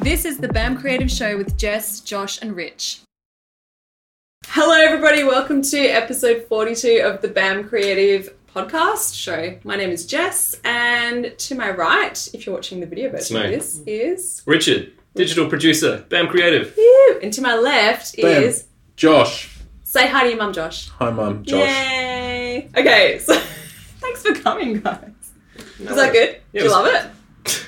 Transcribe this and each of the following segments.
This is the BAM Creative Show with Jess, Josh, and Rich. Hello, everybody. Welcome to episode 42 of the BAM Creative podcast show. My name is Jess, and to my right, if you're watching the video version of me. this, is Richard, digital producer, BAM Creative. you. And to my left Bam. is Josh. say hi to your mum, Josh. Hi, Mum. Josh. Yay. Okay, so thanks for coming, guys. Was that good? Yeah, Did it you was- love it?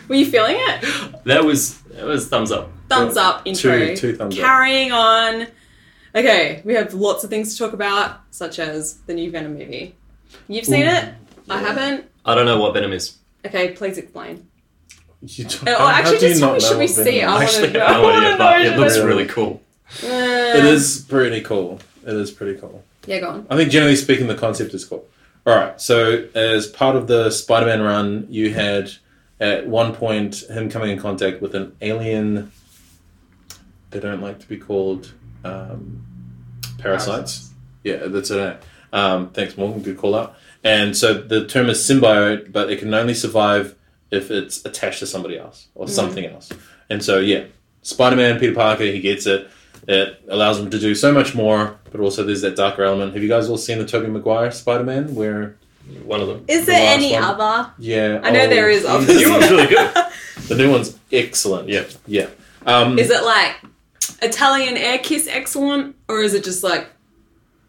Were you feeling it? That was that was thumbs up. thumbs up intro. Two- two thumbs up. Carrying on. Okay, we have lots of things to talk about, such as the new Venom movie. You've seen Ooh. it? I haven't. I don't know what Venom is. Okay, please explain. You don't- Oh, how actually, do you just not tell me, know should we what see it? Venom I is? Actually, know. I I don't know, wanna but know it looks Venom. really cool. It is pretty cool. It is pretty cool. Um, Yeah, go on. I think generally speaking, the concept is cool. All right. So as part of the Spider-Man run, you had at one point him coming in contact with an alien. They don't like to be called um, parasites. Yeah, that's it. eh? Um, thanks, Morgan. Good call out. And so the term is symbiote, but it can only survive if it's attached to somebody else or something else. And so yeah, Spider-Man, Peter Parker, he gets it. It allows him to do so much more, but also there's that darker element. Have you guys all seen the Tobey Maguire Spider-Man? Where One of them. Is The there last any one. other? yeah, I know oh, there is Jesus. The new one's really good. The new one's excellent. Yeah. yeah. Um, Is it like Italian air kiss excellent, or is it just like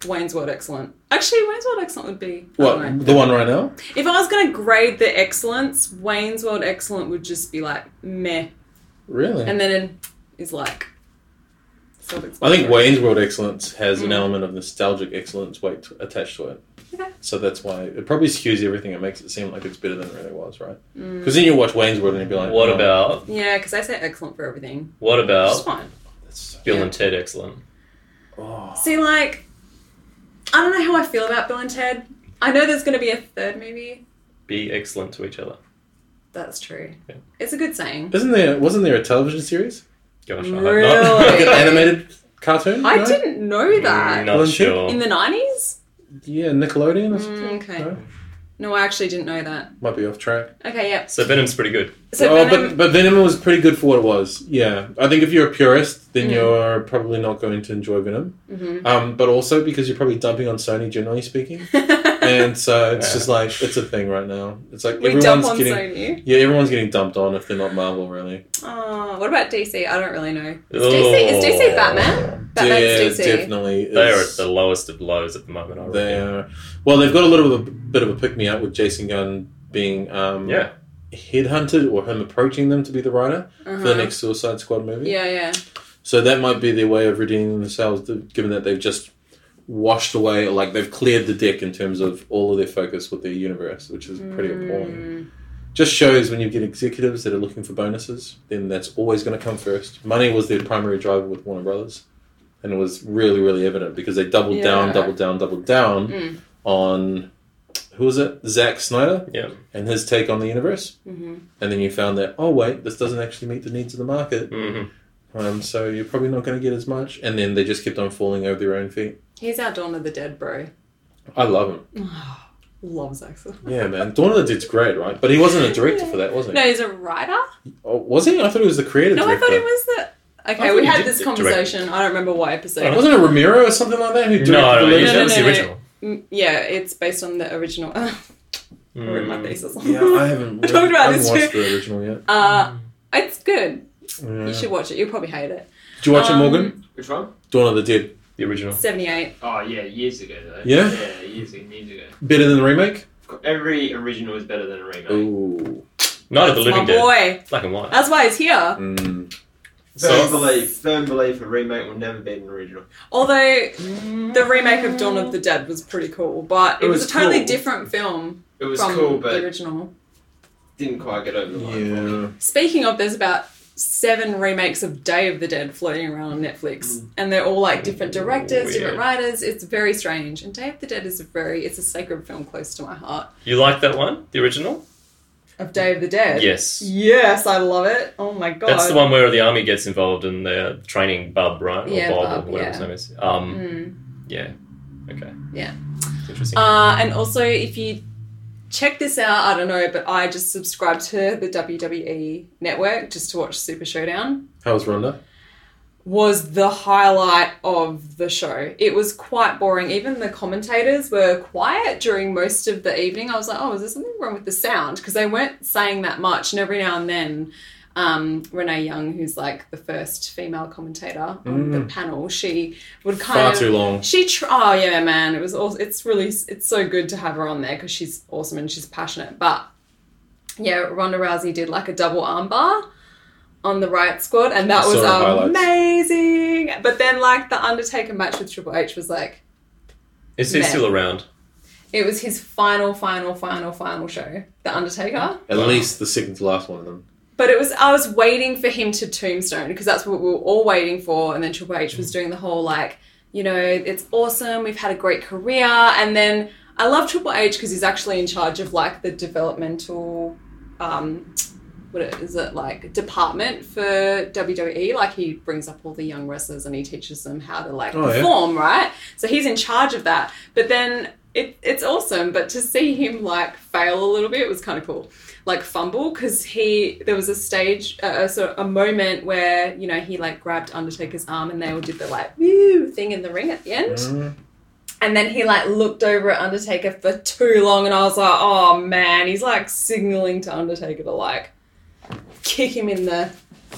Wayne's World excellent? Actually, Wayne's World excellent would be. I what don't know. the one right now? If I was going to grade the excellence, Wayne's World excellent would just be like meh, Really? and then it is like. I think Wayne's World excellence has an element of nostalgic excellence weight attached to it. Hmm. Okay. So that's why it probably skews everything. It makes it seem like it's better than it really was, right? Hmm. Because then you watch Wayne's World and you'd be like, What "Oh, about Yeah, because I say excellent for everything. what It's about fine. that's so- Bill Yeah. and Ted Excellent? oh." See, like, I don't know how I feel about Bill and Ted. I know there's going to be a third movie. Be excellent to each other. That's true. Yeah. It's a good saying. Isn't there? Wasn't there a television series? Gosh, I Really? hope not. animated cartoon? I No? didn't know that. Not Bill and Ted? sure. In the 90s? Yeah, Nickelodeon or something. Mm, okay. No? No, I actually didn't know that. Might be off track. Okay, yep. so Venom's pretty good. So oh, Venom, but but Venom was pretty good for what it was. Yeah, I think if you're a purist, then Mm. you're probably not going to enjoy Venom. Mhm. Um, but also because you're probably dumping on Sony, generally speaking, and so it's just like it's a thing right now. It's like we dump everyone's on getting Sony. yeah, everyone's getting dumped on if they're not Marvel, really. Oh, what about DC? I don't really know. Is Oh. DC, is DC Batman? Batman's yeah, DC. definitely. Is, They are at the lowest of lows at the moment. I reckon. They are. Well, they've got a little bit of a, bit of a pick me up with Jason Gunn being um, Yeah. headhunted or him approaching them to be the writer for the Uh-huh. next Suicide Squad movie. Yeah, yeah. So that might be their way of redeeming themselves, th- given that they've just washed away, like they've cleared the deck in terms of all of their focus with their universe, which is pretty appalling. Mm. Just shows when you get executives that are looking for bonuses, then that's always going to come first. Money was their primary driver with Warner Brothers, and it was really, really evident because they doubled Yeah. down, doubled down, doubled down Mm. on who was it? Zack Snyder Yeah. and his take on the universe. Mhm. And then you found that, oh, wait, this doesn't actually meet the needs of the market. hmm Um, so you're probably not going to get as much. And then they just kept on falling over their own feet. He's our Dawn of the Dead, bro. I love him. Loves Axel. Yeah, man. Dawn of the Dead's great, right? But he wasn't a director for that, was he? No, he's a writer? Oh, was he? I thought he was the creative No, I director. thought he was the. I Okay, thought we he had did this direct- conversation. I don't remember what episode. I Wasn't it Ramiro or something like that who directed No, the no, latest that was no, the no. original. Mm, Yeah, it's based on the original. I wrote my Mm. thesis. Yeah, I haven't, We talked about I haven't this watched too. the original yet. Uh, it's good. Yeah. You should watch it. You'll probably hate it. Did you watch Um, it, Morgan? Which one? Dawn of the Dead. The original. 78. Oh yeah, years ago though. Yeah? Yeah, years ago, years ago. Better than the remake? Every original is better than a remake. Ooh. Night of That's Oh, the Living my Dead. boy. Black and white. That's why he's here. Mm. Firm So- belief, firm belief, a remake will never beat an original. Although the remake of Dawn of the Dead was pretty cool, but it, It was, was a totally cool. different film It was from cool, the but original. didn't quite get over the line. for me. Yeah. Speaking of, there's about seven remakes of Day of the Dead floating around on Netflix, and they're all like different directors, different Mm. Weird. writers. It's very strange. And Day of the Dead is a very it's a sacred film close to my heart. You like that one? The original? Of Day of the Dead. Yes. Yes, I love it. Oh my god. That's the one where the army gets involved and they're training Bub, right? Or Yeah, Bob, Bob, or whatever his yeah. name is. Um, Mm. Yeah. Okay. Yeah. Interesting. Uh, and also, if you check this out. I don't know, but I just subscribed to the WWE network just to watch Super Showdown How was Ronda? was the highlight of the show. It was quite boring. Even the commentators were quiet during most of the evening. I was like, oh, is there something wrong with the sound? Because they weren't saying that much. And every now and then, um, Renee Young, who's like the first female commentator on the panel, she would kind Mm. Far of. too long. She tr- oh yeah man it was all it's really it's so good to have her on there because she's awesome and she's passionate but yeah Ronda Rousey did like a double armbar on the right squad and that I was saw the highlights. amazing but then like the Undertaker match with Triple H was like Is he Meh. still around? it was his final final final final show the Undertaker At Wow. least the second to last one of them. But it was I was waiting for him to tombstone because that's what we were all waiting for. And then Triple H Mm. was doing the whole like, you know, it's awesome. We've had a great career. And then I love Triple H because he's actually in charge of like the developmental, um, what it- is it like department for WWE? Like he brings up all the young wrestlers and he teaches them how to like Oh, yeah. perform, right? So he's in charge of that. But then it, it's awesome. But to see him like fail a little bit was kind of cool, like fumble because he there was a stage, uh, uh, sort of a moment where you know he like grabbed Undertaker's arm and they all did the like woo thing in the ring at the end. Mm-hmm. Mm. And then he like looked over at Undertaker for too long, and I was like, oh man, he's like signaling to Undertaker to like kick him in the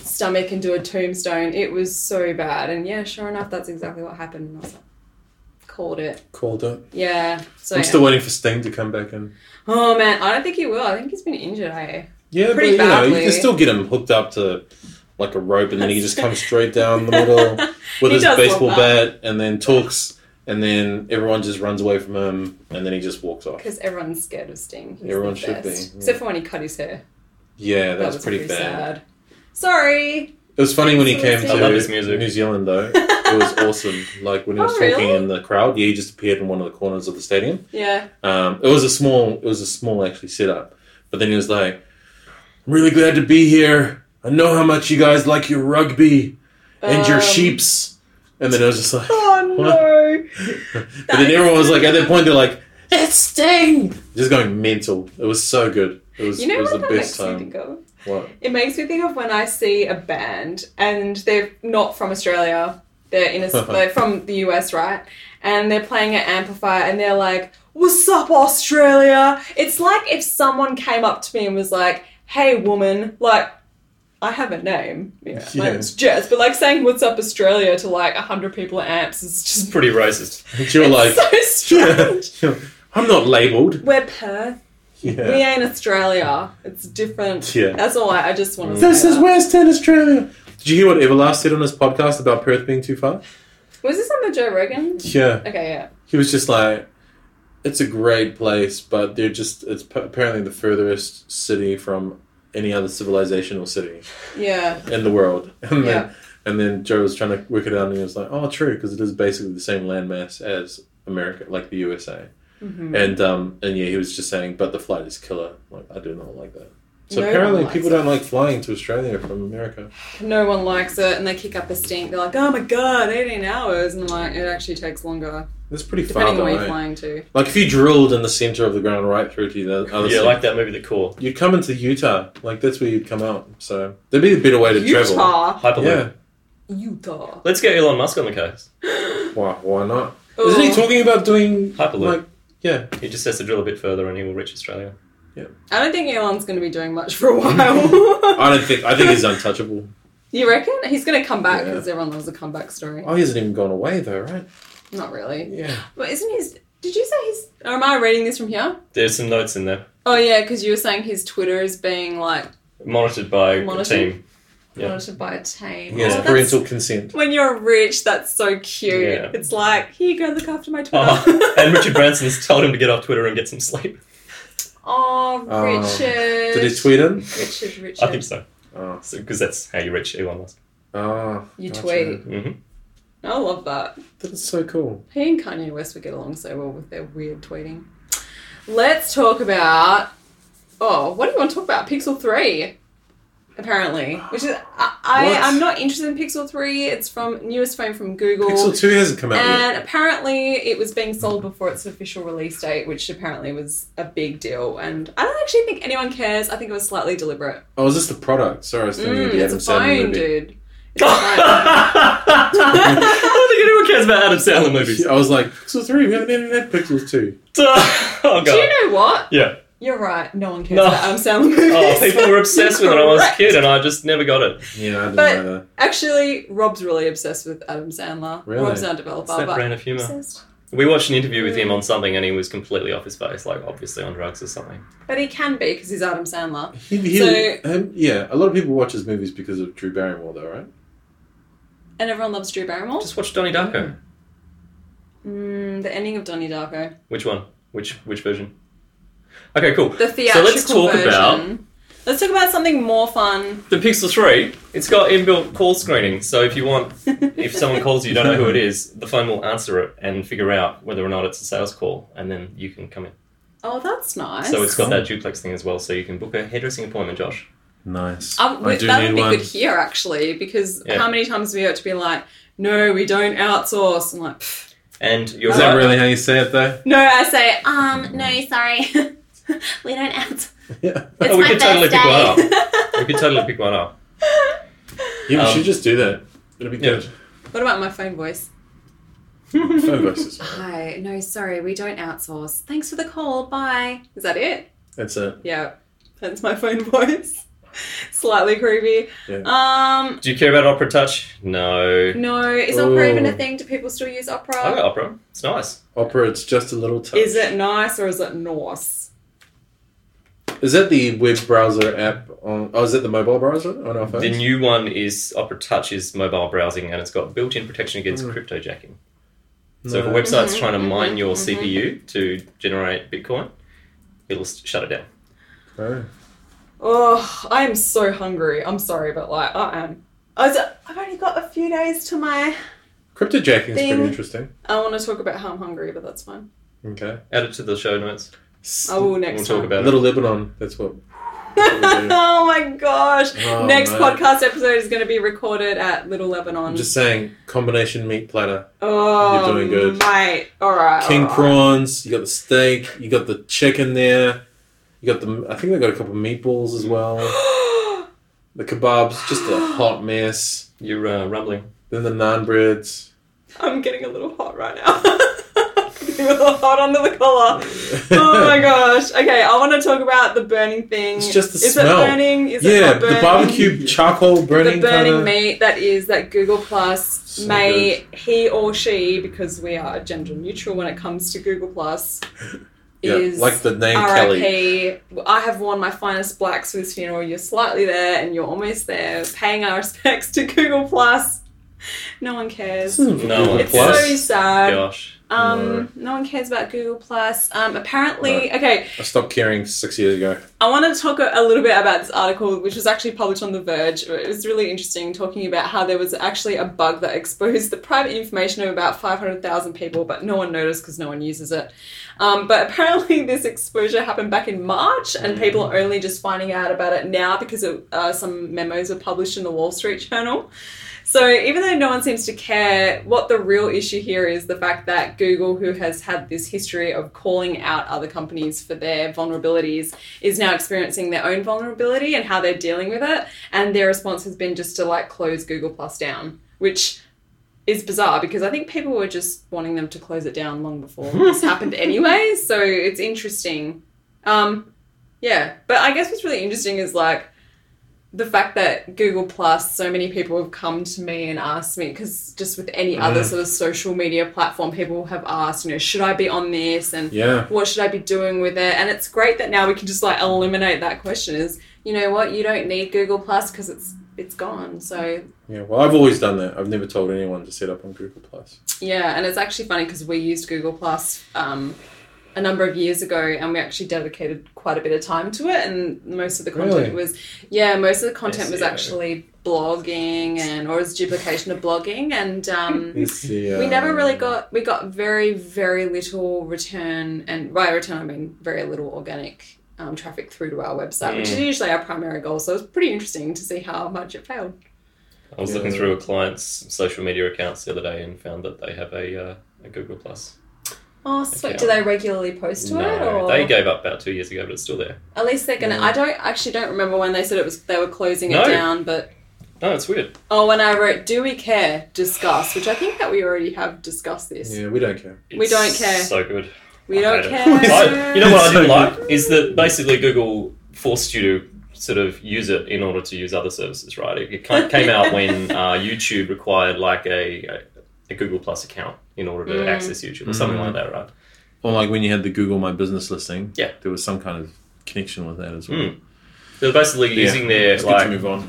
stomach and do a tombstone. It was so bad. And yeah, sure enough, that's exactly what happened. And I was like, called it. Called it. Yeah. So I'm yeah. still waiting for Sting to come back in. Oh man, I don't think he will. I think he's been injured, eh? Yeah, Pretty but you know, you badly. can still get him hooked up to like a rope and then he just comes straight down the middle with He his does love baseball that. bat and then talks and then everyone just runs away from him and then he just walks off. Because everyone's scared of Sting. He's Everyone the should best. be, yeah. Except for when he cut his hair. Yeah, that, That was, pretty, bad. sad. Sorry. It was funny when he So came sad. to I love his music. New Zealand though. It was awesome. Like when he was Oh, talking really? in the crowd, yeah, he just appeared in one of the corners of the stadium. Yeah. Um, it was a small, it was a small actually setup. But then he was like, "I'm really glad to be here. I know how much you guys like your rugby and your Um, sheeps." And then it was just like, Oh no. but then everyone was like, at that point, they're like, "It's Sting!" Just going mental. It was so good. It was, You know it was what the that makes best me time. think of? What? It makes me think of when I see a band and they're not from Australia. They're in a, they're from the US, right? And they're playing an amplifier and they're like, "What's up, Australia?" It's like if someone came up to me and was like, "Hey, woman," like. I have a name. Yeah, Yeah. my name's Jess. But like saying "What's up, Australia" to like hundred people at amps is just It's pretty racist. And you're like, so strange. "I'm not labeled." We're Perth. Yeah. We ain't Australia. It's different. Yeah. Mm. That's all. I, I just want to. This say is that. Western Australia. Did you hear what Everlast said on his podcast about Perth being too far? Was this on the Joe Rogan? Yeah, Okay, yeah. he was just like, "It's a great place, but they're just it's p- apparently the furthest city from any other civilization or city Yeah. in the world." And then, Yeah. and then Joe was trying to work it out, and he was like, "Oh, true, because it is basically the same landmass as America, like the USA." Mm-hmm. And um and yeah, he was just saying, "But the flight is killer. Like I do not like that." So No one apparently, likes people it. don't like flying to Australia from America. No one likes it and they kick up a stink. They're like, oh my god, 18 hours. And I'm like, it actually takes longer, That's pretty far. depending on though, where you're eh? flying to. Like if you drilled in the center of the ground right through to the other Yeah, side, like that movie, The Core. you'd come into Utah. Like that's where you'd come out. So there'd be a better way to travel. Utah. Hyperloop. Yeah. Utah. Let's get Elon Musk on the case. Why? Why not? Isn't he Ooh. talking about doing Hyperloop. Like, yeah. He just has to drill a bit further and he will reach Australia. I don't think Elon's going to be doing much for a while. I don't think. I think he's untouchable. You reckon? He's going to come back Yeah. because everyone loves a comeback story. Oh, he hasn't even gone away though, right? Not really. Yeah. But isn't his. Did you say his. Or am I reading this from here? There's some notes in there, Oh, yeah, because you were saying his Twitter is being like monitored by Monitored? a team. Yeah. monitored by a team. He has Oh, that's- parental consent. When you're rich, that's so cute. Yeah. It's like, here you go, look after my Twitter. Oh, and Richard Branson's told him to get off Twitter and get some sleep. Oh, Oh. Richard. Did he tweet him? Richard, Richard. I think so. Oh. Because that's how you reach Elon Musk. Oh. You gotcha. tweet. hmm I love that. That's so cool. He and Kanye West would get along so well with their weird tweeting. Let's talk about. Oh, what do you want to talk about? Pixel 3. apparently. Which is I, I What? I'm not interested in Pixel Three. It's from newest phone from Google. Pixel 2 hasn't come out yet. And apparently, it was being sold before its official release date, which apparently was a big deal. And I don't actually think anyone cares. I think it was slightly deliberate. Oh, is this the product? Sorry, I was thinking Mm, of the it's a Adam Sandler phone, movie. dude. It's a phone. I don't think anyone cares about Adam Sandler movies. I was like, Pixel 3, we haven't even had Pixel 2. oh Do god. you know what? Yeah. You're right. No one cares No. about Adam Sandler movies. Oh, people were obsessed with it when I was a Correct. kid, and I just never got it. Yeah, I didn't But- know that. Actually, Rob's really obsessed with Adam Sandler. Really? Rob's our developer, It's that but brand of humor. obsessed. We watched an interview with Mm. him on something, and he was completely off his face, like obviously on drugs or something. But he can be because he's Adam Sandler. He, he, So- um, yeah, a lot of people watch his movies because of Drew Barrymore, though, right? And everyone loves Drew Barrymore. Just watch Donnie Darko. Mm, the ending of Donnie Darko. Which one? Which which version? Okay, cool. The so theatrical let's talk version. about Let's talk about something more fun. the Pixel Three. It's got inbuilt call screening, so if you want, if someone calls you, you don't know who it is, the phone will answer it and figure out whether or not it's a sales call, and then you can come in. Oh, that's nice. So it's got that duplex thing as well, so you can book a hairdressing appointment, Josh. Nice. I, I do Uh, Um, that need would be one. good here actually, because Yeah. how many times have we had to be like, "No, we don't outsource." I'm like, "Pff." And you're Is that that right. really how you say it, though? "No," I say, "Um, no, sorry, we don't outsource." Yeah. It's Oh, we my could totally pick one up. birthday. We could totally pick one up. Yeah, we Um, should just do that. It'll be yeah. good. What about my phone voice? Phone voices. Hi, no, sorry, we don't outsource. Thanks for the call. Bye. Is that it? That's it. Yeah, that's my phone voice. Slightly creepy. Yeah. Um, Do you care about Opera Touch? No. no, is Opera Ooh. even a thing? Do people still use I got Opera? Opera. It's nice. Opera, it's just a little touch. Is it nice or is it Norse? Is that the web browser app on? Oh, is it the mobile browser on our phones? The new one is Opera Touch is mobile browsing and it's got built-in protection against Mm. cryptojacking. So No. if a website's Mhm, trying to mhm, mine your mhm. CPU to generate Bitcoin, it'll s- shut it down. Oh. Oh, I am so hungry. I'm sorry, but like I am. I was, I've only got a few days to my. Cryptojacking is Thing. pretty interesting. I want to talk about how I'm hungry, but that's fine. Okay. Add it to the show notes. S- I will next we'll talk time. about Little Lebanon. That's what. do. oh my gosh! Oh, Next mate. podcast episode is going to be recorded at Little Lebanon. I'm just saying. Combination meat platter. oh, You're doing good. mate. All right. King all right. prawns. You got the steak. You got the chicken there. You got the. I think they got a couple of meatballs as well. The kebabs. Just a hot mess. it. You're uh, rumbling. Then the naan breads. I'm getting a little hot right now. getting a little hot under the collar. Oh my gosh. Okay, I want to talk about the burning thing. It's just the Is smell. it burning? Is it yeah, not burning? the barbecue charcoal burning. the burning kinda- meat that is that Google Plus So may he or she because we are gender neutral when it comes to Google Plus Yeah, is like the name Kelly. RIP. I have worn my finest blacks for this funeral. You're slightly there and you're almost there. Paying our respects to Google Plus. No one cares. This isn't for No, Google It's Plus. so sad. Gosh. Um, no one cares about Google Plus. Um, apparently, okay. I stopped caring six years ago. I want to talk a, a little bit about this article, which was actually published on The Verge. It was really interesting, talking about how there was actually a bug that exposed the private information of about five hundred thousand people, but no one noticed because no one uses it. Um, but apparently, this exposure happened back in March, and people are only just finding out about it now because it, uh, some memos were published in the Wall Street Journal. So, even though no one seems to care, what the real issue here is the fact that Google, who has had this history of calling out other companies for their vulnerabilities, is now experiencing their own vulnerability and how they're dealing with it. And their response has been just to like close Google Plus down, which is bizarre because I think people were just wanting them to close it down long before this happened anyway. So it's interesting. Um, yeah, but I guess what's really interesting is like the fact that Google Plus, so many people have come to me and asked me because just with any other Mm. sort of social media platform, people have asked, you know, should I be on this? And Yeah. what should I be doing with it? And it's great that now we can just like eliminate that question. Is you know what you don't need Google Plus because it's it's gone. So Yeah. Well, I've always done that. I've never told anyone to set up on Google Plus. yeah, and it's actually funny because we used Google Plus um, a number of years ago, and we actually dedicated quite a bit of time to it. And most of the content Really? was yeah, most of the content was SEO. actually blogging and or it was duplication of blogging and. Um, It's the, we uh, never really got we got very very little return and by return i mean very little organic um, traffic through to our website, which Mm. is usually our primary goal. So it was pretty interesting to see how much it failed. I was Yeah. looking through a client's social media accounts the other day and found that they have a, uh, a Google Plus. Oh, sweet. Okay. Do they regularly post to it? No, Or they gave up about two years ago, but it's still there. at least they're gonna. Yeah. I don't actually don't remember when they said it was. They were closing No. it down, but No, it's weird. oh, when I wrote, "Do we care?" Discuss, which I think that we already have discussed this. Yeah, we don't care. We don't It's care. So good. We I don't hate care. it. I- you know what I So didn't like is that basically Google forced you to sort of use it in order to use other services, right? It, it kind of came out when uh, YouTube required like a, a, a Google Plus account in order to Mm. access YouTube or something like that, right? Or like when you had the Google My Business listing. Yeah. There was some kind of connection with that as well. Mm. They're basically Yeah. using their It's good to like move on.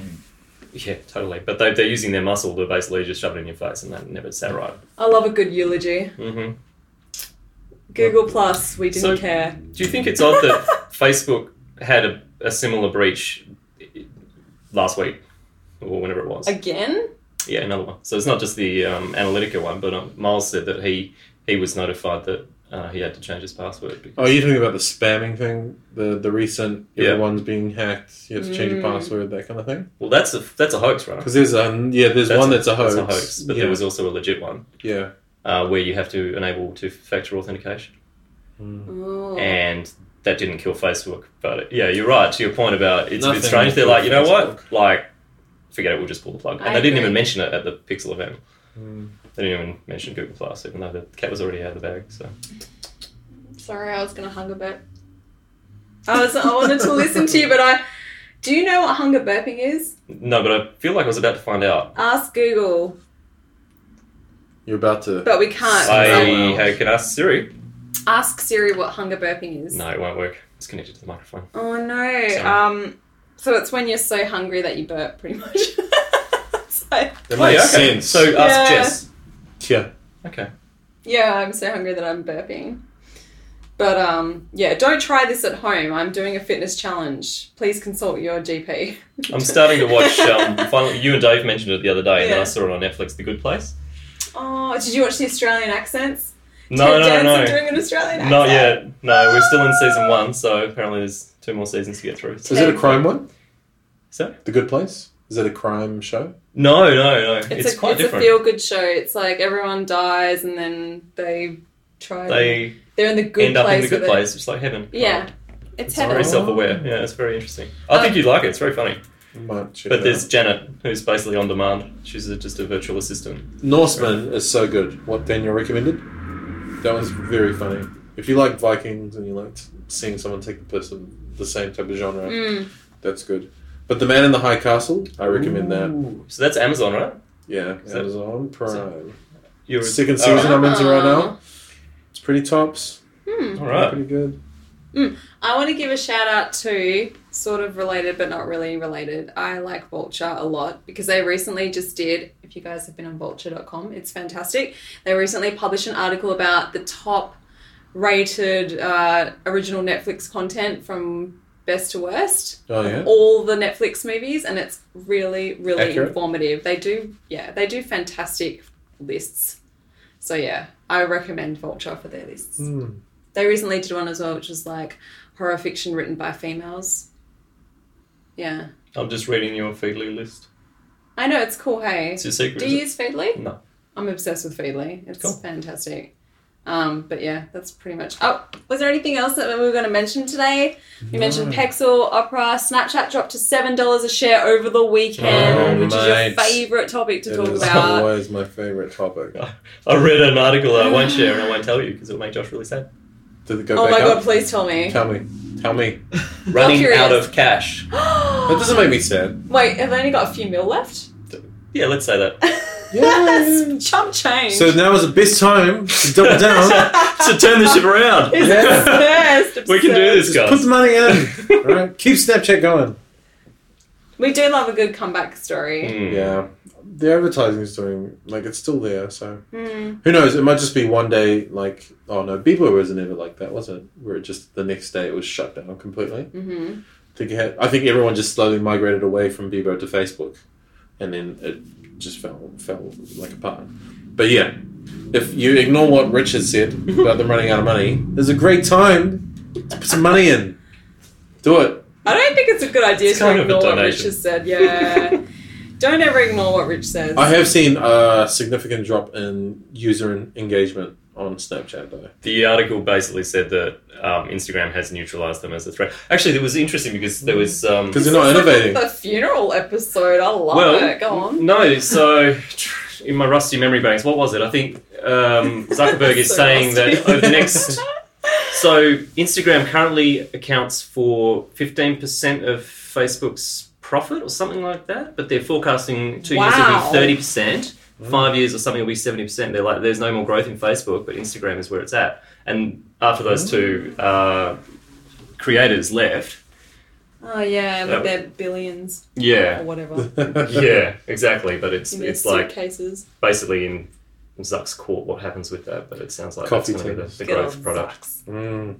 yeah, totally. But they, they're using their muscle to basically just shove it in your face, and that never sat right. I love a good eulogy. hmm Google Plus, we didn't So- care. Do you think it's odd that Facebook had a, a similar breach i- last week or whenever it was? Again? Yeah, another one. So it's not just the um, Analytica one, but um, Miles said that he he was notified that uh, he had to change his password. Because, Oh, you're talking about the spamming thing? The the recent Yeah. everyone's being hacked, you have to change your Mm. password, that kind of thing? Well, that's a that's a hoax, right? Because there's a, yeah, there's one that's a hoax. but yeah. there was also a legit one yeah. uh, where you have to enable two-factor authentication, Oh. and that didn't kill Facebook. But it- yeah, you're right. To your point about it's a Nothing bit strange. They're will like, you know kill what? Like, forget it. We'll just pull the plug. And I they didn't agree. even mention it at the Pixel event. Mm. They didn't even mention Google Plus, even though the cat was already out of the bag. So Sorry, I was going to hunger burp. I was. I wanted to listen to you, but I. Do you know what hunger burping is? no, but I feel like I was about to find out. Ask Google, You're about to. but we can't. I so Wow. hey, can I ask Siri. ask Siri what hunger burping is. No, it won't work. It's connected to the microphone. Oh no. Sorry. Um. So it's when you're so hungry that you burp, pretty much. so, That Oh, yeah, makes okay. sense. So ask Yeah. Jess. yeah. Okay. yeah, I'm so hungry that I'm burping. But um, yeah, don't try this at home. I'm doing a fitness challenge. Please consult your GP. I'm starting to watch. Um, finally, you and Dave mentioned it the other day, and then Yeah. I saw it on Netflix, The Good Place. Oh, did you watch the Australian accents? No, Ted no, Danson no, doing an Australian accent. not yet. No, we're still in season one, so apparently there's two more seasons to get through. Is it a crime one? So? The Good Place? Is it a crime show? No, no, no. It's, It's, a, quite it's different. a feel-good show. It's like everyone dies and then they try. they they're in the good end up place. in the good with it. place, It's like heaven. Yeah, Oh, it's it's heaven. Um, very Oh. self-aware. Yeah, it's very interesting. I think you'd like it. It's very funny. I might check But it there's Janet, who's basically on demand. She's a, just a virtual assistant. out. Norseman is so good. What Daniel recommended? That was very funny. If you like Vikings and you liked seeing someone take the piss in the same type of genre, Mm. that's good. But The Man in the High Castle, I recommend that. So that's Amazon, right? Yeah, Is that- Amazon Prime. You're Oh, Second all right. season I'm into right Ah. now. It's pretty tops. Hmm. All right. Pretty good. I want to give a shout out to sort of related but not really related. I like Vulture a lot because they recently just did, if you guys have been on vulture.com, it's fantastic. They recently published an article about the top rated uh, original Netflix content from best to worst, Oh, yeah? all the Netflix movies, and it's really, really Accurate. informative. They do, yeah, they do fantastic lists. So, yeah, I recommend Vulture for their lists. Mm. They recently did one as well, which was like horror fiction written by females. Yeah. I'm just reading your Feedly list. I know, it's cool, hey? It's your secret. Do is you it? use Feedly? No. I'm obsessed with Feedly. It's Cool. fantastic. Um, but yeah, that's pretty much. Oh, was there anything else that we were going to mention today? We mentioned Pexel, Opera, Snapchat dropped to $7 a share over the weekend, Oh, which is mate. your favorite topic to It talk is about. always my favorite topic. I read an article that I won't share and I won't tell you because it'll make Josh really sad. Did it go Oh back my up? god, please tell me. Tell me. Tell me. Running curious. out of cash. That doesn't make me sad. Wait, have they only got a few mil left? Yeah, let's say that. Yes, chump change. So now is the best time to double down. to turn this ship around. He's Yeah. obsessed, We can do obsessed. this, Just put guys. the money in. All right. Keep Snapchat going. We do love a good comeback story. Mm. Yeah. The advertising is doing, like, it's still there, so. Mm. Who knows? It might just be one day, like, oh no, Bieber wasn't ever like that, was it? Where it just, the next day it was shut down completely. hmm I think, it had, I think everyone just slowly migrated away from Bieber to Facebook. And then it just fell, fell like apart. But yeah, if you ignore what Rich has said about them running out of money, there's a great time to put some money in. Do it. I don't think it's a good idea It's to kind of a ignore what Rich donation. has said. Yeah. don't ever ignore what Rich says. I have seen a significant drop in user en- engagement on Snapchat though. The article basically said that um, Instagram has neutralized them as a threat. Actually, it was interesting because there was um, Because they're not This is like innovating. The funeral episode. I love it. Go on. No, so tr- in my rusty memory banks, what was it? I think um, Zuckerberg is So saying that rusty. over the next. So Instagram currently accounts for fifteen percent of Facebook's profit, or something like that. But they're forecasting two years Wow. it'll be thirty percent. Five years or something will be seventy percent. They're like, there's no more growth in Facebook, but Instagram is where it's at. And after those two uh, creators left, Oh yeah, That- with their billions yeah, or whatever. yeah, exactly. But it's in their it's like suitcases. basically in Zuck's court what happens with that, but it sounds like Coffee that's going to be teas. the, the Good growth old product. Zucks. Mm.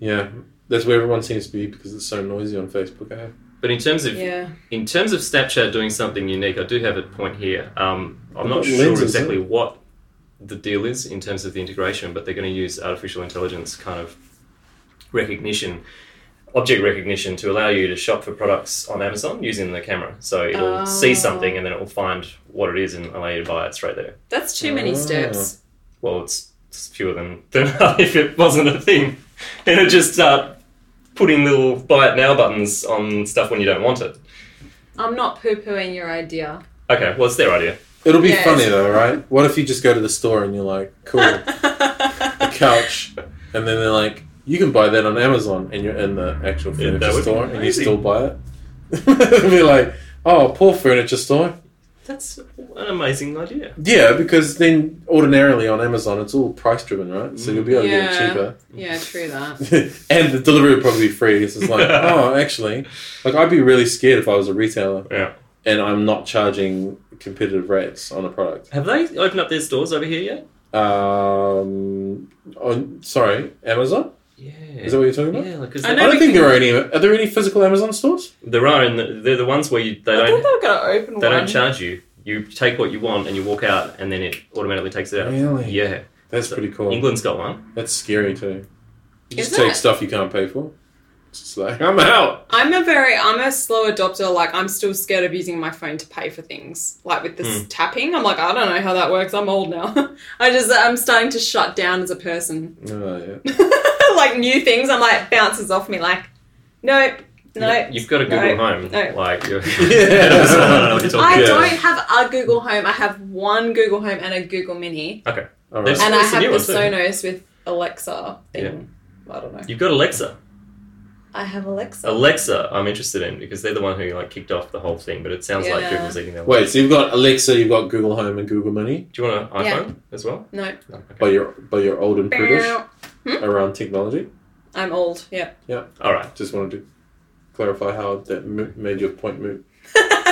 Yeah, that's where everyone seems to be because it's so noisy on Facebook. Eh? But in terms of Yeah. in terms of Snapchat doing something unique, I do have a point here. Um, I'm not About sure lenses, exactly what the deal is in terms of the integration, but they're going to use artificial intelligence kind of recognition, object recognition, to allow you to shop for products on Amazon using the camera. So it'll Oh. see something and then it will find what it is and allow you to buy it straight there. That's too many Ah. steps. well, it's, it's fewer than, than if it wasn't a thing. And it just start putting little buy it now buttons on stuff when you don't want it. I'm not poo pooing your idea. Okay, well, it's their idea. It'll be Yeah, funny it's- though, right? What if you just go to the store and you're like, cool, a couch, and then they're like, you can buy that on Amazon, and you're in the actual Yeah, that furniture would be store and you amazing. still buy it. It'll be like, oh, poor furniture store. That's an amazing idea. Yeah, because then ordinarily on Amazon it's all price driven, right? So you'll be able to get it Yeah. cheaper. yeah, true that. and the delivery would probably be free. It's just like, oh, actually, like I'd be really scared if I was a retailer Yeah. and I'm not charging competitive rates on a product. Have they opened up their stores over here yet? Um, on sorry, Amazon Yeah. is that what you're talking about? yeah, because I I know don't we think can- there are any. Are there any physical Amazon stores? there are, and the, they're the ones where you, they I thought don't they were going to open they one. don't charge you. You take what you want and you walk out, and then it automatically takes it out. Really? Yeah. That's pretty cool. England's got one. That's scary too. You just Is take it? stuff you can't pay for. It's just like I'm out. I'm a very I'm a slow adopter. Like I'm still scared of using my phone to pay for things. Like with this Hmm. tapping, I'm like I don't know how that works. I'm old now. I just I'm starting to shut down as a person. Oh, yeah. like new things, I'm like bounces off me. Like nope, nope. You've got a No. Google Home. No. Like, you're. Yeah. It's all I good. Yeah. don't have a Google Home. I have one Google Home and a Google Mini, All There's- right. and I It's a have the new one, Sonos with Alexa thing. I don't know. You've got Alexa. I have Oh. Alexa. Alexa, I'm interested in because they're the one who like kicked off the whole thing. But it sounds Yeah. like Google's eating their. Wait, so you've got Alexa, you've got Google Home and Google Money, Do you want an Yeah. Oh, iPhone as well? No. No, okay. but you're but you're old and prudish around technology. I'm old. Yeah. All right. Just wanted to clarify how that mo- made your point move.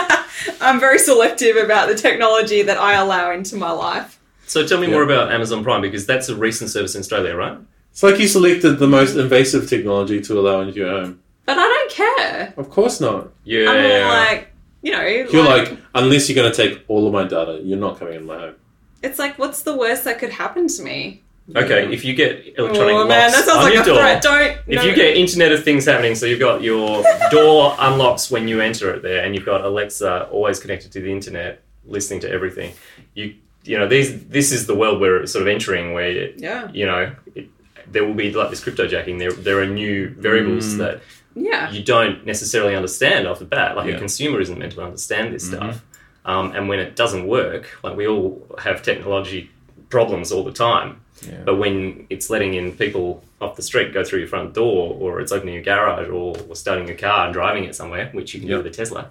I'm very selective about the technology that I allow into my life. So tell me Yeah. more about Amazon Prime because that's a recent service in Australia, right? It's like you selected the most invasive technology to allow into your home. But I don't care. Of course not. Yeah. I'm all like, you know, You're like, unless you're going to take all of my data, you're not coming in my home. it's like, what's the worst that could happen to me? okay, if you get electronic oh locks man, that sounds on like your a door, threat. Don't. no. if you get Internet of Things happening, so you've got your door unlocks when you enter it there, and you've got Alexa always connected to the internet, listening to everything. You you know these this is the world we're sort of entering where yeah, you know, it, there will be like this crypto jacking. There, there are new variables Mm. that yeah, you don't necessarily understand off the bat. Like Yeah. a consumer isn't meant to understand this Mhm. stuff. Um, and when it doesn't work, like we all have technology problems all the time. Yeah. But when it's letting in people off the street go through your front door, or it's opening your garage, or, or starting your car and driving it somewhere, which you can Yeah. do with a Tesla.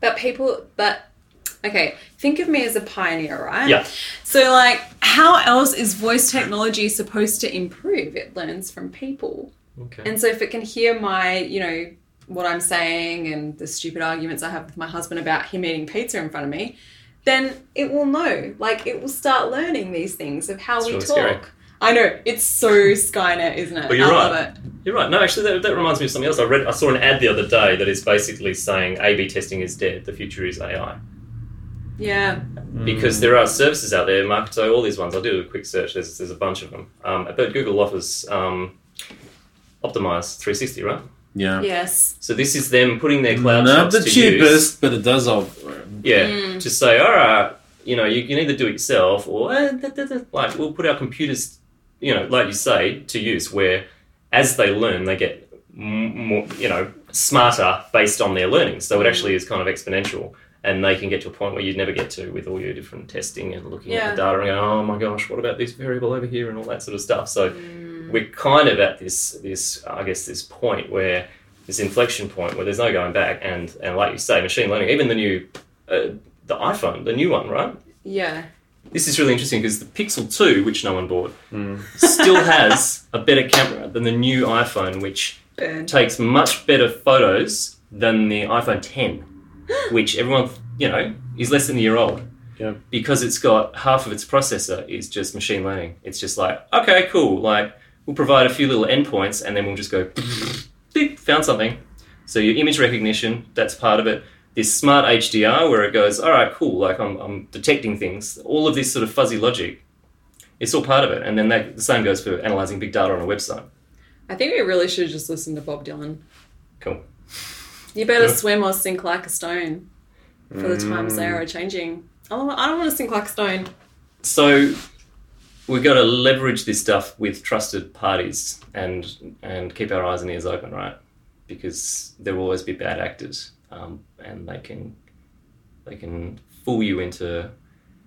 but people, but okay, think of me as a pioneer, right? Yeah. So like, how else is voice technology supposed to improve? It learns from people. Okay. And so if it can hear my, you know, what I'm saying and the stupid arguments I have with my husband about him eating pizza in front of me, then it will know. Like it will start learning these things of how It's we really talk. scary. I know, it's so Skynet, isn't it? But you're I right. love it. You're right. No, actually, that, that reminds me of something else. I read, I saw an ad the other day that is basically saying A/B testing is dead. The future is AI. Yeah. because there are services out there, Marketo, all these ones. I did a quick search. There's, there's a bunch of them. Um, but Google offers um, Optimize 360, right? Yeah. Yes. So this is them putting their cloud Not shops the to cheapest, but it does all. use. Yeah, Mm. to say, all right, you know, you can either do it yourself or eh, da, da, da," like we'll put our computers, you know, like you say, to use. Where as they learn, they get m- more, you know, smarter based on their learning. So it actually is kind of exponential. And they can get to a point where you'd never get to with all your different testing and looking at the data and going, oh my gosh, what about this variable over here and all that sort of stuff. So Mm. we're kind of at this this I guess this point where this inflection point where there's no going back and and like you say machine learning even the new uh, the iPhone the new one right Yeah. this is really interesting because the Pixel 2 which no one bought still has a better camera than the new iPhone which Burn. takes much better photos than the iPhone 10 which everyone you know is less than a year old Yeah. because it's got half of its processor is just machine learning. It's just like, okay, cool. Like we'll provide a few little endpoints, and then we'll just go, beep, found something. So your image recognition, that's part of it. This smart HDR, where it goes, all right, cool. Like I'm, I'm detecting things. All of this sort of fuzzy logic, it's all part of it. And then that, the same goes for analyzing big data on a website. I think we really should just listen to Bob Dylan. Cool. You better Yeah. swim or sink like a stone for the times Mm. they are changing. I don't, I don't want to sink like a stone. so we've got to leverage this stuff with trusted parties and and keep our eyes and ears open right because there will always be bad actors um, and they can they can fool you into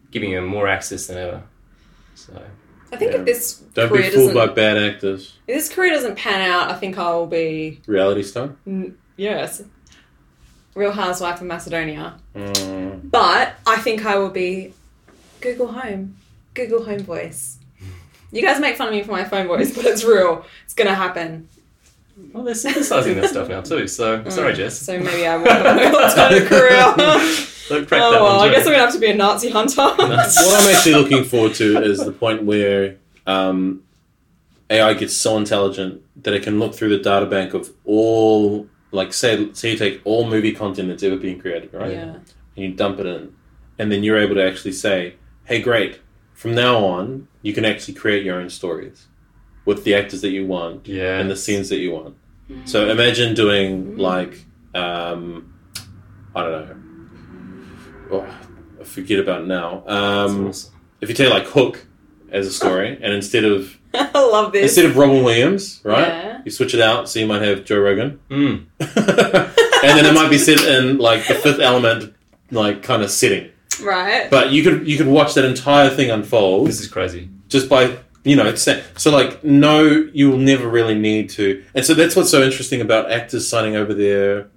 giving you more access than ever so I think Yeah. if this Don't career be fooled doesn't by bad actors. if this career doesn't pan out, I think I will be Reality star. yes, Real Housewife of Macedonia. Mm. But I think I will be Google Home, Google Home Voice. You guys make fun of me for my phone voice, but it's real. It's gonna happen. well they're synthesizing that stuff now too so sorry jess Mm, So maybe I will have an alternative career. oh don't crack that well, I one too. guess I'm gonna have to be a Nazi hunter. what I'm actually looking forward to is the point where um, AI gets so intelligent that it can look through the data bank of all, like, say, say you take all movie content that's ever been created, right? Yeah. And you dump it in, and then you're able to actually say, "Hey, great! From now on, you can actually create your own stories with the actors that you want yeah and the scenes that you want." So imagine doing like, um, I don't know. Oh, I forget about it now. That's Um, awesome. if you take like Hook as a story, and instead of I love this. instead of Robin Williams, right, Yeah. you switch it out, so you might have Joe Rogan, Mm. and then it might be set in like the Fifth Element, like kind of setting. right. But you could you could watch that entire thing unfold this is crazy just by you know sa- so like no, you'll never really need to, and so that's what's so interesting about actors signing over their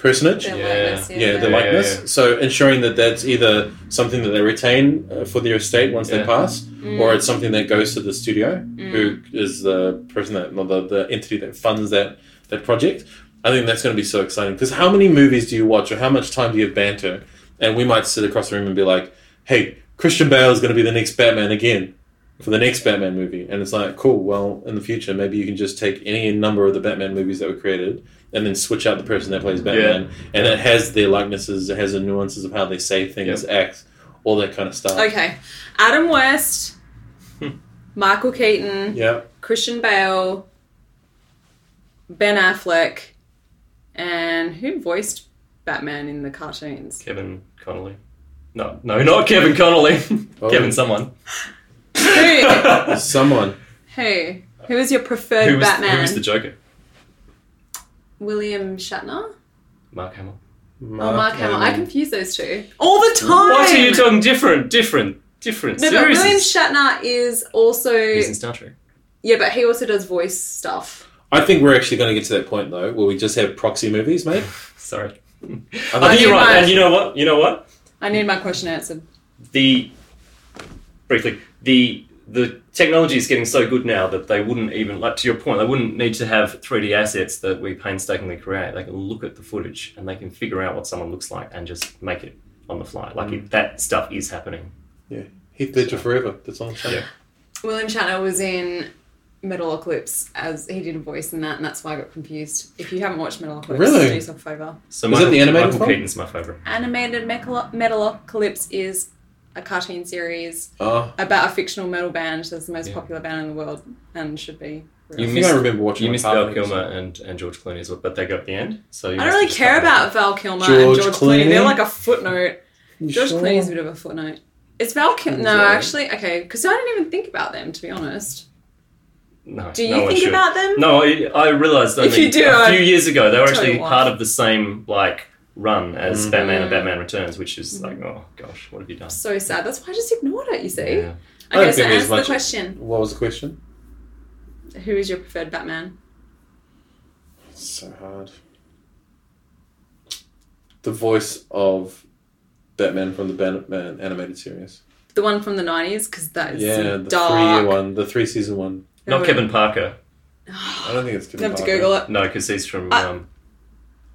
personage. Their Yeah. likeness, Yeah, their Yeah, likeness. yeah, yeah. So ensuring that that's either something that they retain uh, for their estate once Yeah. they pass, Mm. or it's something that goes to the studio, who is the person that, or the, the entity that funds that that project. I think that's going to be so exciting because how many movies do you watch, or how much time do you have banter? And we might sit across the room and be like, "Hey, Christian Bale is going to be the next Batman again." For the next Batman movie, and it's like, cool. Well, in the future, maybe you can just take any number of the Batman movies that were created, and then switch out the person that plays Batman, and it has their likenesses, it has the nuances of how they say things, act, all that kind of stuff. mm. Okay. Adam West, Hmm. Michael Keaton, Yeah. Christian Bale, Ben Affleck, and who voiced Batman in the cartoons? kevin connolly no no not kevin connolly Oh. kevin someone who? Someone. Who? Who is your preferred who was, Batman? Who was the Joker? William Shatner? Mark Hamill. or Oh, Mark Hamill? I confuse those two all the time. What are you talking? Different, different, different. No, but series. William Shatner is also He's in Star Trek. yeah, but he also does voice stuff. I think we're actually going to get to that point though, where we just have proxy movies, mate. Sorry. I I think you're right. Mark- And you know what? You know what? I need my question answered. The briefly the the technology is getting so good now that they wouldn't even like to your point. They wouldn't need to have 3D assets that we painstakingly create. They can look at the footage and they can figure out what someone looks like and just make it on the fly. Like it, that stuff is happening. Heath Ledger forever. That's all I'm saying. William Shatner was in Metalocalypse as he did a voice in that, and that's why I got confused. If you haven't watched Metalocalypse, Really? do yourself a favour. So Was it Michael, the animated Michael film? Keaton's my favorite. Animated Mecal- Metalocalypse is a cartoon series Oh, about a fictional metal band that's the most Yeah. popular band in the world and should be You I think missed, I remember watching you like missed half Val of it. Kilmer and, and George Clooney as well, but they got at the end. So you I don't must really have care just- about Val Kilmer George and George Clooney. They're Clooney? like a footnote. You George sure? Clooney's a bit of a footnote. It's Val Kilmer. He's No, alright. actually, okay, because I didn't even think about them to be honest. No, Do you no one think should. about them? No, I, I realised If only you do, a I- few years ago they were Tell you actually why. part of the same like run as Mm. Batman and Mm. Batman Returns, which is like, oh gosh, what have you done? So sad. That's why I just ignored it. You see. Yeah. I don't Okay, so think there's answer the much- question. What was the question? Who is your preferred Batman? So hard. The voice of Batman from the Batman animated series. The one from the nineties, because that is yeah, the three year dark. one, the three season one. Not Kevin Parker, I don't think it's. You have to Parker. Google it. no, because he's from I- um,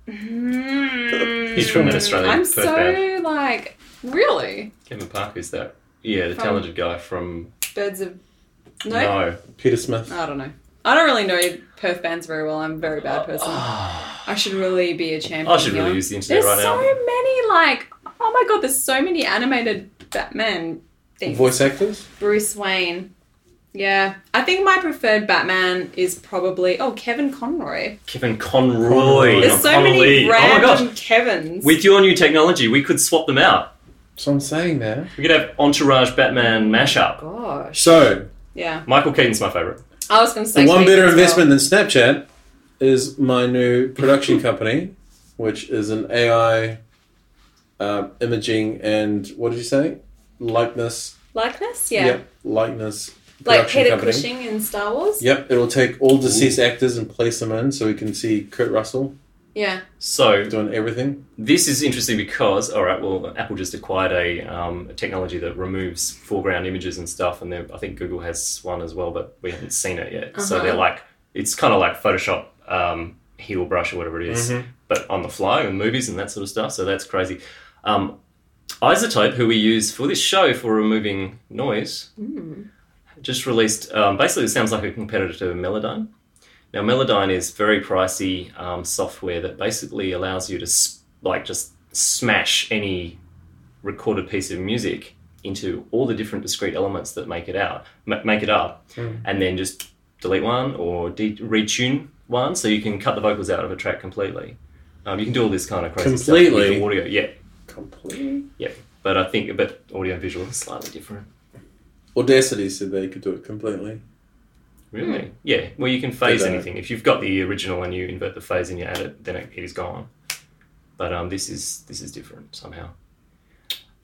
He's from an Mm, Australian I'm Perth so band. like really Kevin Parker's that. Yeah, the From- talented guy from birds of no. No. Peter Smith. I don't know. I don't really know Perth bands very well. I'm a very bad person. I I should really be a champion. should here. really use the internet Ah. There's right so now. many like oh my god. There's so many animated Batman things. Voice actors. Bruce Wayne. Yeah, I think my preferred Batman is probably oh Kevin Conroy. Kevin Conroy. There's or so Connolly. many random Oh my gosh. Kevins. With your new technology, we could swap them out. So I'm saying there. We could have entourage Batman mashup. gosh, So yeah. Michael Keaton's my favorite. I was gonna say the one Keegan better as well. investment than Snapchat is my new production company, which is an AI uh, imaging and what did you say? Likeness. Likeness, yeah. Yep, likeness. Like production Peter company. Cushing in Star Wars. Yep, it'll take all deceased actors and place them in so we can see Kurt Russell Yeah. So doing everything. This is interesting because, all right, well, Apple just acquired a, um, a technology that removes foreground images and stuff, and they're- I think Google has one as well, but we haven't seen it yet. So Uh-huh. they're like, it's kind of like Photoshop, um, heel brush or whatever it is, but on the fly and movies and that sort of stuff. So that's crazy. Um, Isotope, who we use for this show for removing noise, just released. Um, basically, it sounds like a competitor to Melodyne. Now, Melodyne is very pricey um, software that basically allows you to s like just smash any recorded piece of music into all the different discrete elements that make it out, ma- make it up, and then just delete one or de- retune one, so you can cut the vocals out of a track completely. Um, you can do all this kind of crazy stuff. You Completely? can audio, yeah, Completely. yeah. But I think, but audio and visual is slightly different. Audacity said they could do it completely. Really? Hmm. Yeah. Well, you can phase Did I? anything. If you've got the original and you invert the phase and you add it, then it, it is gone. But um, this is this is different somehow.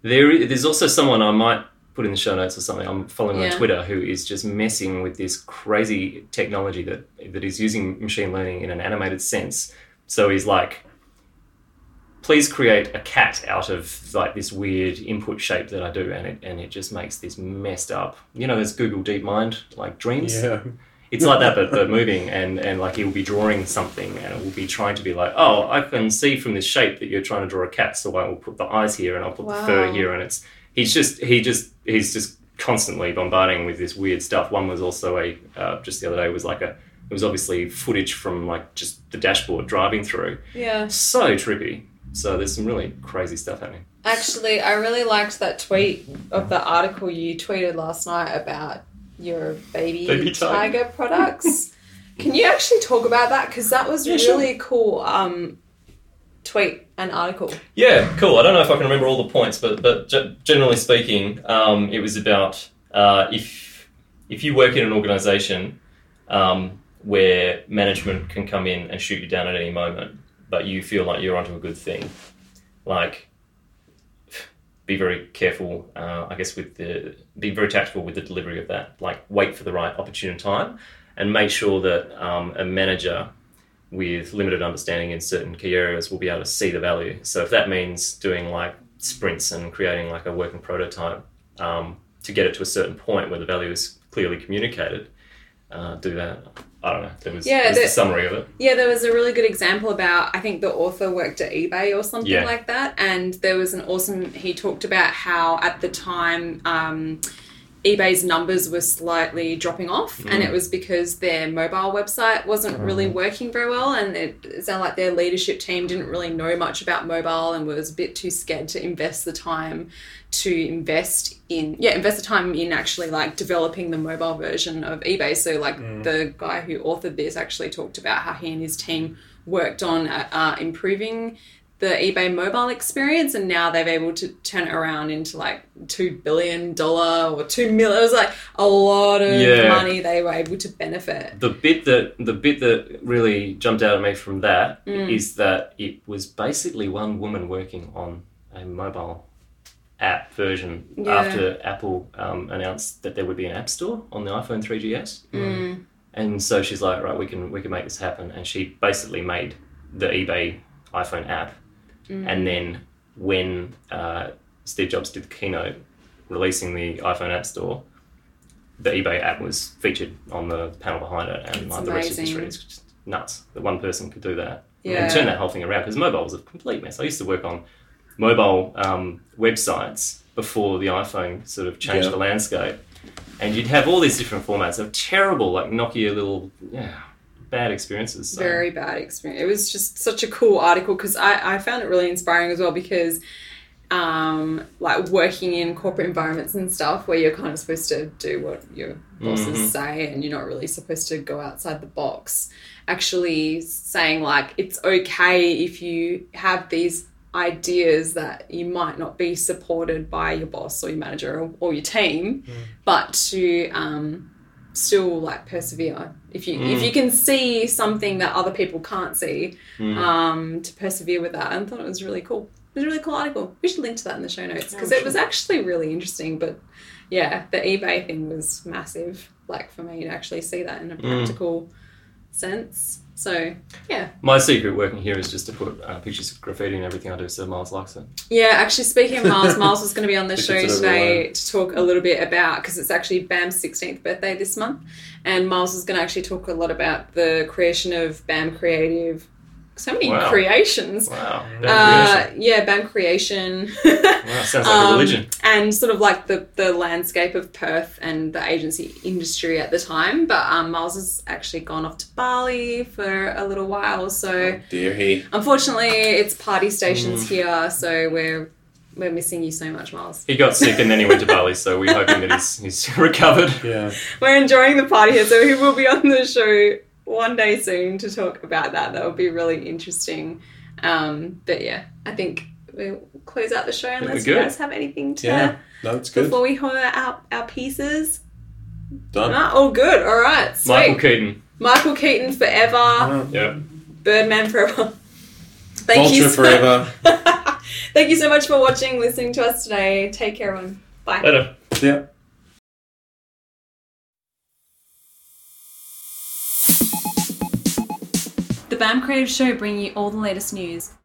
There, i- there's also someone I might put in the show notes or something. I'm following Yeah. on Twitter who is just messing with this crazy technology that that is using machine learning in an animated sense. So he's like, please create a cat out of like this weird input shape that I do, and it and it just makes this messed up. You know, there's Google DeepMind like dreams. Yeah. It's like that, but, but moving, and, and like it will be drawing something, and it will be trying to be like, oh, I can see from this shape that you're trying to draw a cat, so I will put the eyes here, and I'll put the fur Wow. here, and it's he's just he just he's just constantly bombarding with this weird stuff. One was also a uh, just the other day was like a it was obviously footage from like just the dashboard driving through, Yeah. so trippy. So there's some really crazy stuff happening. Actually, I really liked that tweet of the article you tweeted last night about your baby, Baby tiger. tiger. products. Can you actually talk about that? Because that was Yeah, sure. really cool um, tweet and article. Yeah, cool. I don't know if I can remember all the points, but but ge- generally speaking, um, it was about uh, if if you work in an organisation um, where management can come in and shoot you down at any moment, but you feel like you're onto a good thing, like be very careful. Uh, I guess with the be very tactful with the delivery of that. Like wait for the right opportune time, and make sure that um, a manager with limited understanding in certain key areas will be able to see the value. So if that means doing like sprints and creating like a working prototype um, to get it to a certain point where the value is clearly communicated, uh, do that. I don't know. There was, Yeah, there was that- the summary of it. Yeah, there was a really good example about I think the author worked at eBay or something Yeah. like that, and there was an awesome. He talked about how at the time um, eBay's numbers were slightly dropping off, and Mm. it was because their mobile website wasn't really working very well, and it, it sounded like their leadership team didn't really know much about mobile and was a bit too scared to invest the time to invest in yeah invest the time in actually like developing the mobile version of ebay so like the guy who authored this actually talked about how he and his team worked on uh, uh, improving the ebay mobile experience and now they've able to turn it around into like two billion dollar or two million it was like a lot of Yeah. money they were able to benefit The bit that the bit that really jumped out at me from that is that it was basically one woman working on a mobile app version Yeah. after Apple um, announced that there would be an app store on the iPhone 3GS. And so she's like, right, we can we can make this happen. And she basically made the eBay iPhone app. And then when uh, Steve Jobs did the keynote releasing the iPhone App Store, the eBay app was featured on the panel behind it, and It's like the rest of the amazing. industry is just nuts that one person could do that Yeah. and turn that whole thing around because mobile was a complete mess. I used to work on mobile um, websites before the iPhone sort of changed Yeah. the landscape, and you'd have all these different formats of terrible like Nokia little yeah bad experiences. So. very bad experience. It was just such a cool article because I, I found it really inspiring as well because um, like working in corporate environments and stuff where you're kind of supposed to do what your bosses Mhm. say and you're not really supposed to go outside the box. Actually saying like it's okay if you have these ideas that you might not be supported by your boss or your manager or, or your team, but to um, still like persevere if you if you can see something that other people can't see um to persevere with that and I thought it was really cool it was a really cool article we should link to that in the show notes because it was actually really interesting but yeah the ebay thing was massive like for me to actually see that in a practical sense so My secret working here is just to put uh, pictures of graffiti and everything I do so Miles likes it. Yeah, actually, speaking of Miles, Miles was going to be on the Think show it's another today to talk a little bit about because it's actually Bam's 16th birthday this month, and Miles is going to actually talk a lot about the creation of Bam Creative. So many Wow. creations. Wow, bad Uh, creation. yeah, Bam Creation. wow, sounds like a um, religion. and sort of like the, the landscape of Perth and the agency industry at the time. But um, Miles has actually gone off to Bali for a little while, so Oh, Dear he. Unfortunately, it's party stations here, so we're we're missing you so much, Miles. He got sick and then he went to Bali, so we're hoping that he's he's recovered. Yeah. We're enjoying the party here, so he will be on the show one day soon to talk about that. That would be really interesting. Um, but yeah, I think we'll close out the show we're unless you good. guys have anything to Yeah. No, it's good. before we hire out our pieces. Done. Ah, all good. All right, sweet. Michael Michael, Keaton. Keaton forever. Yeah. Birdman forever. Thank Ah. Vulture you so- forever. Thank you so much for watching, listening to us today. Take care, everyone. Bye. Later. Yeah. The BAM Creative Show bring you all the latest news.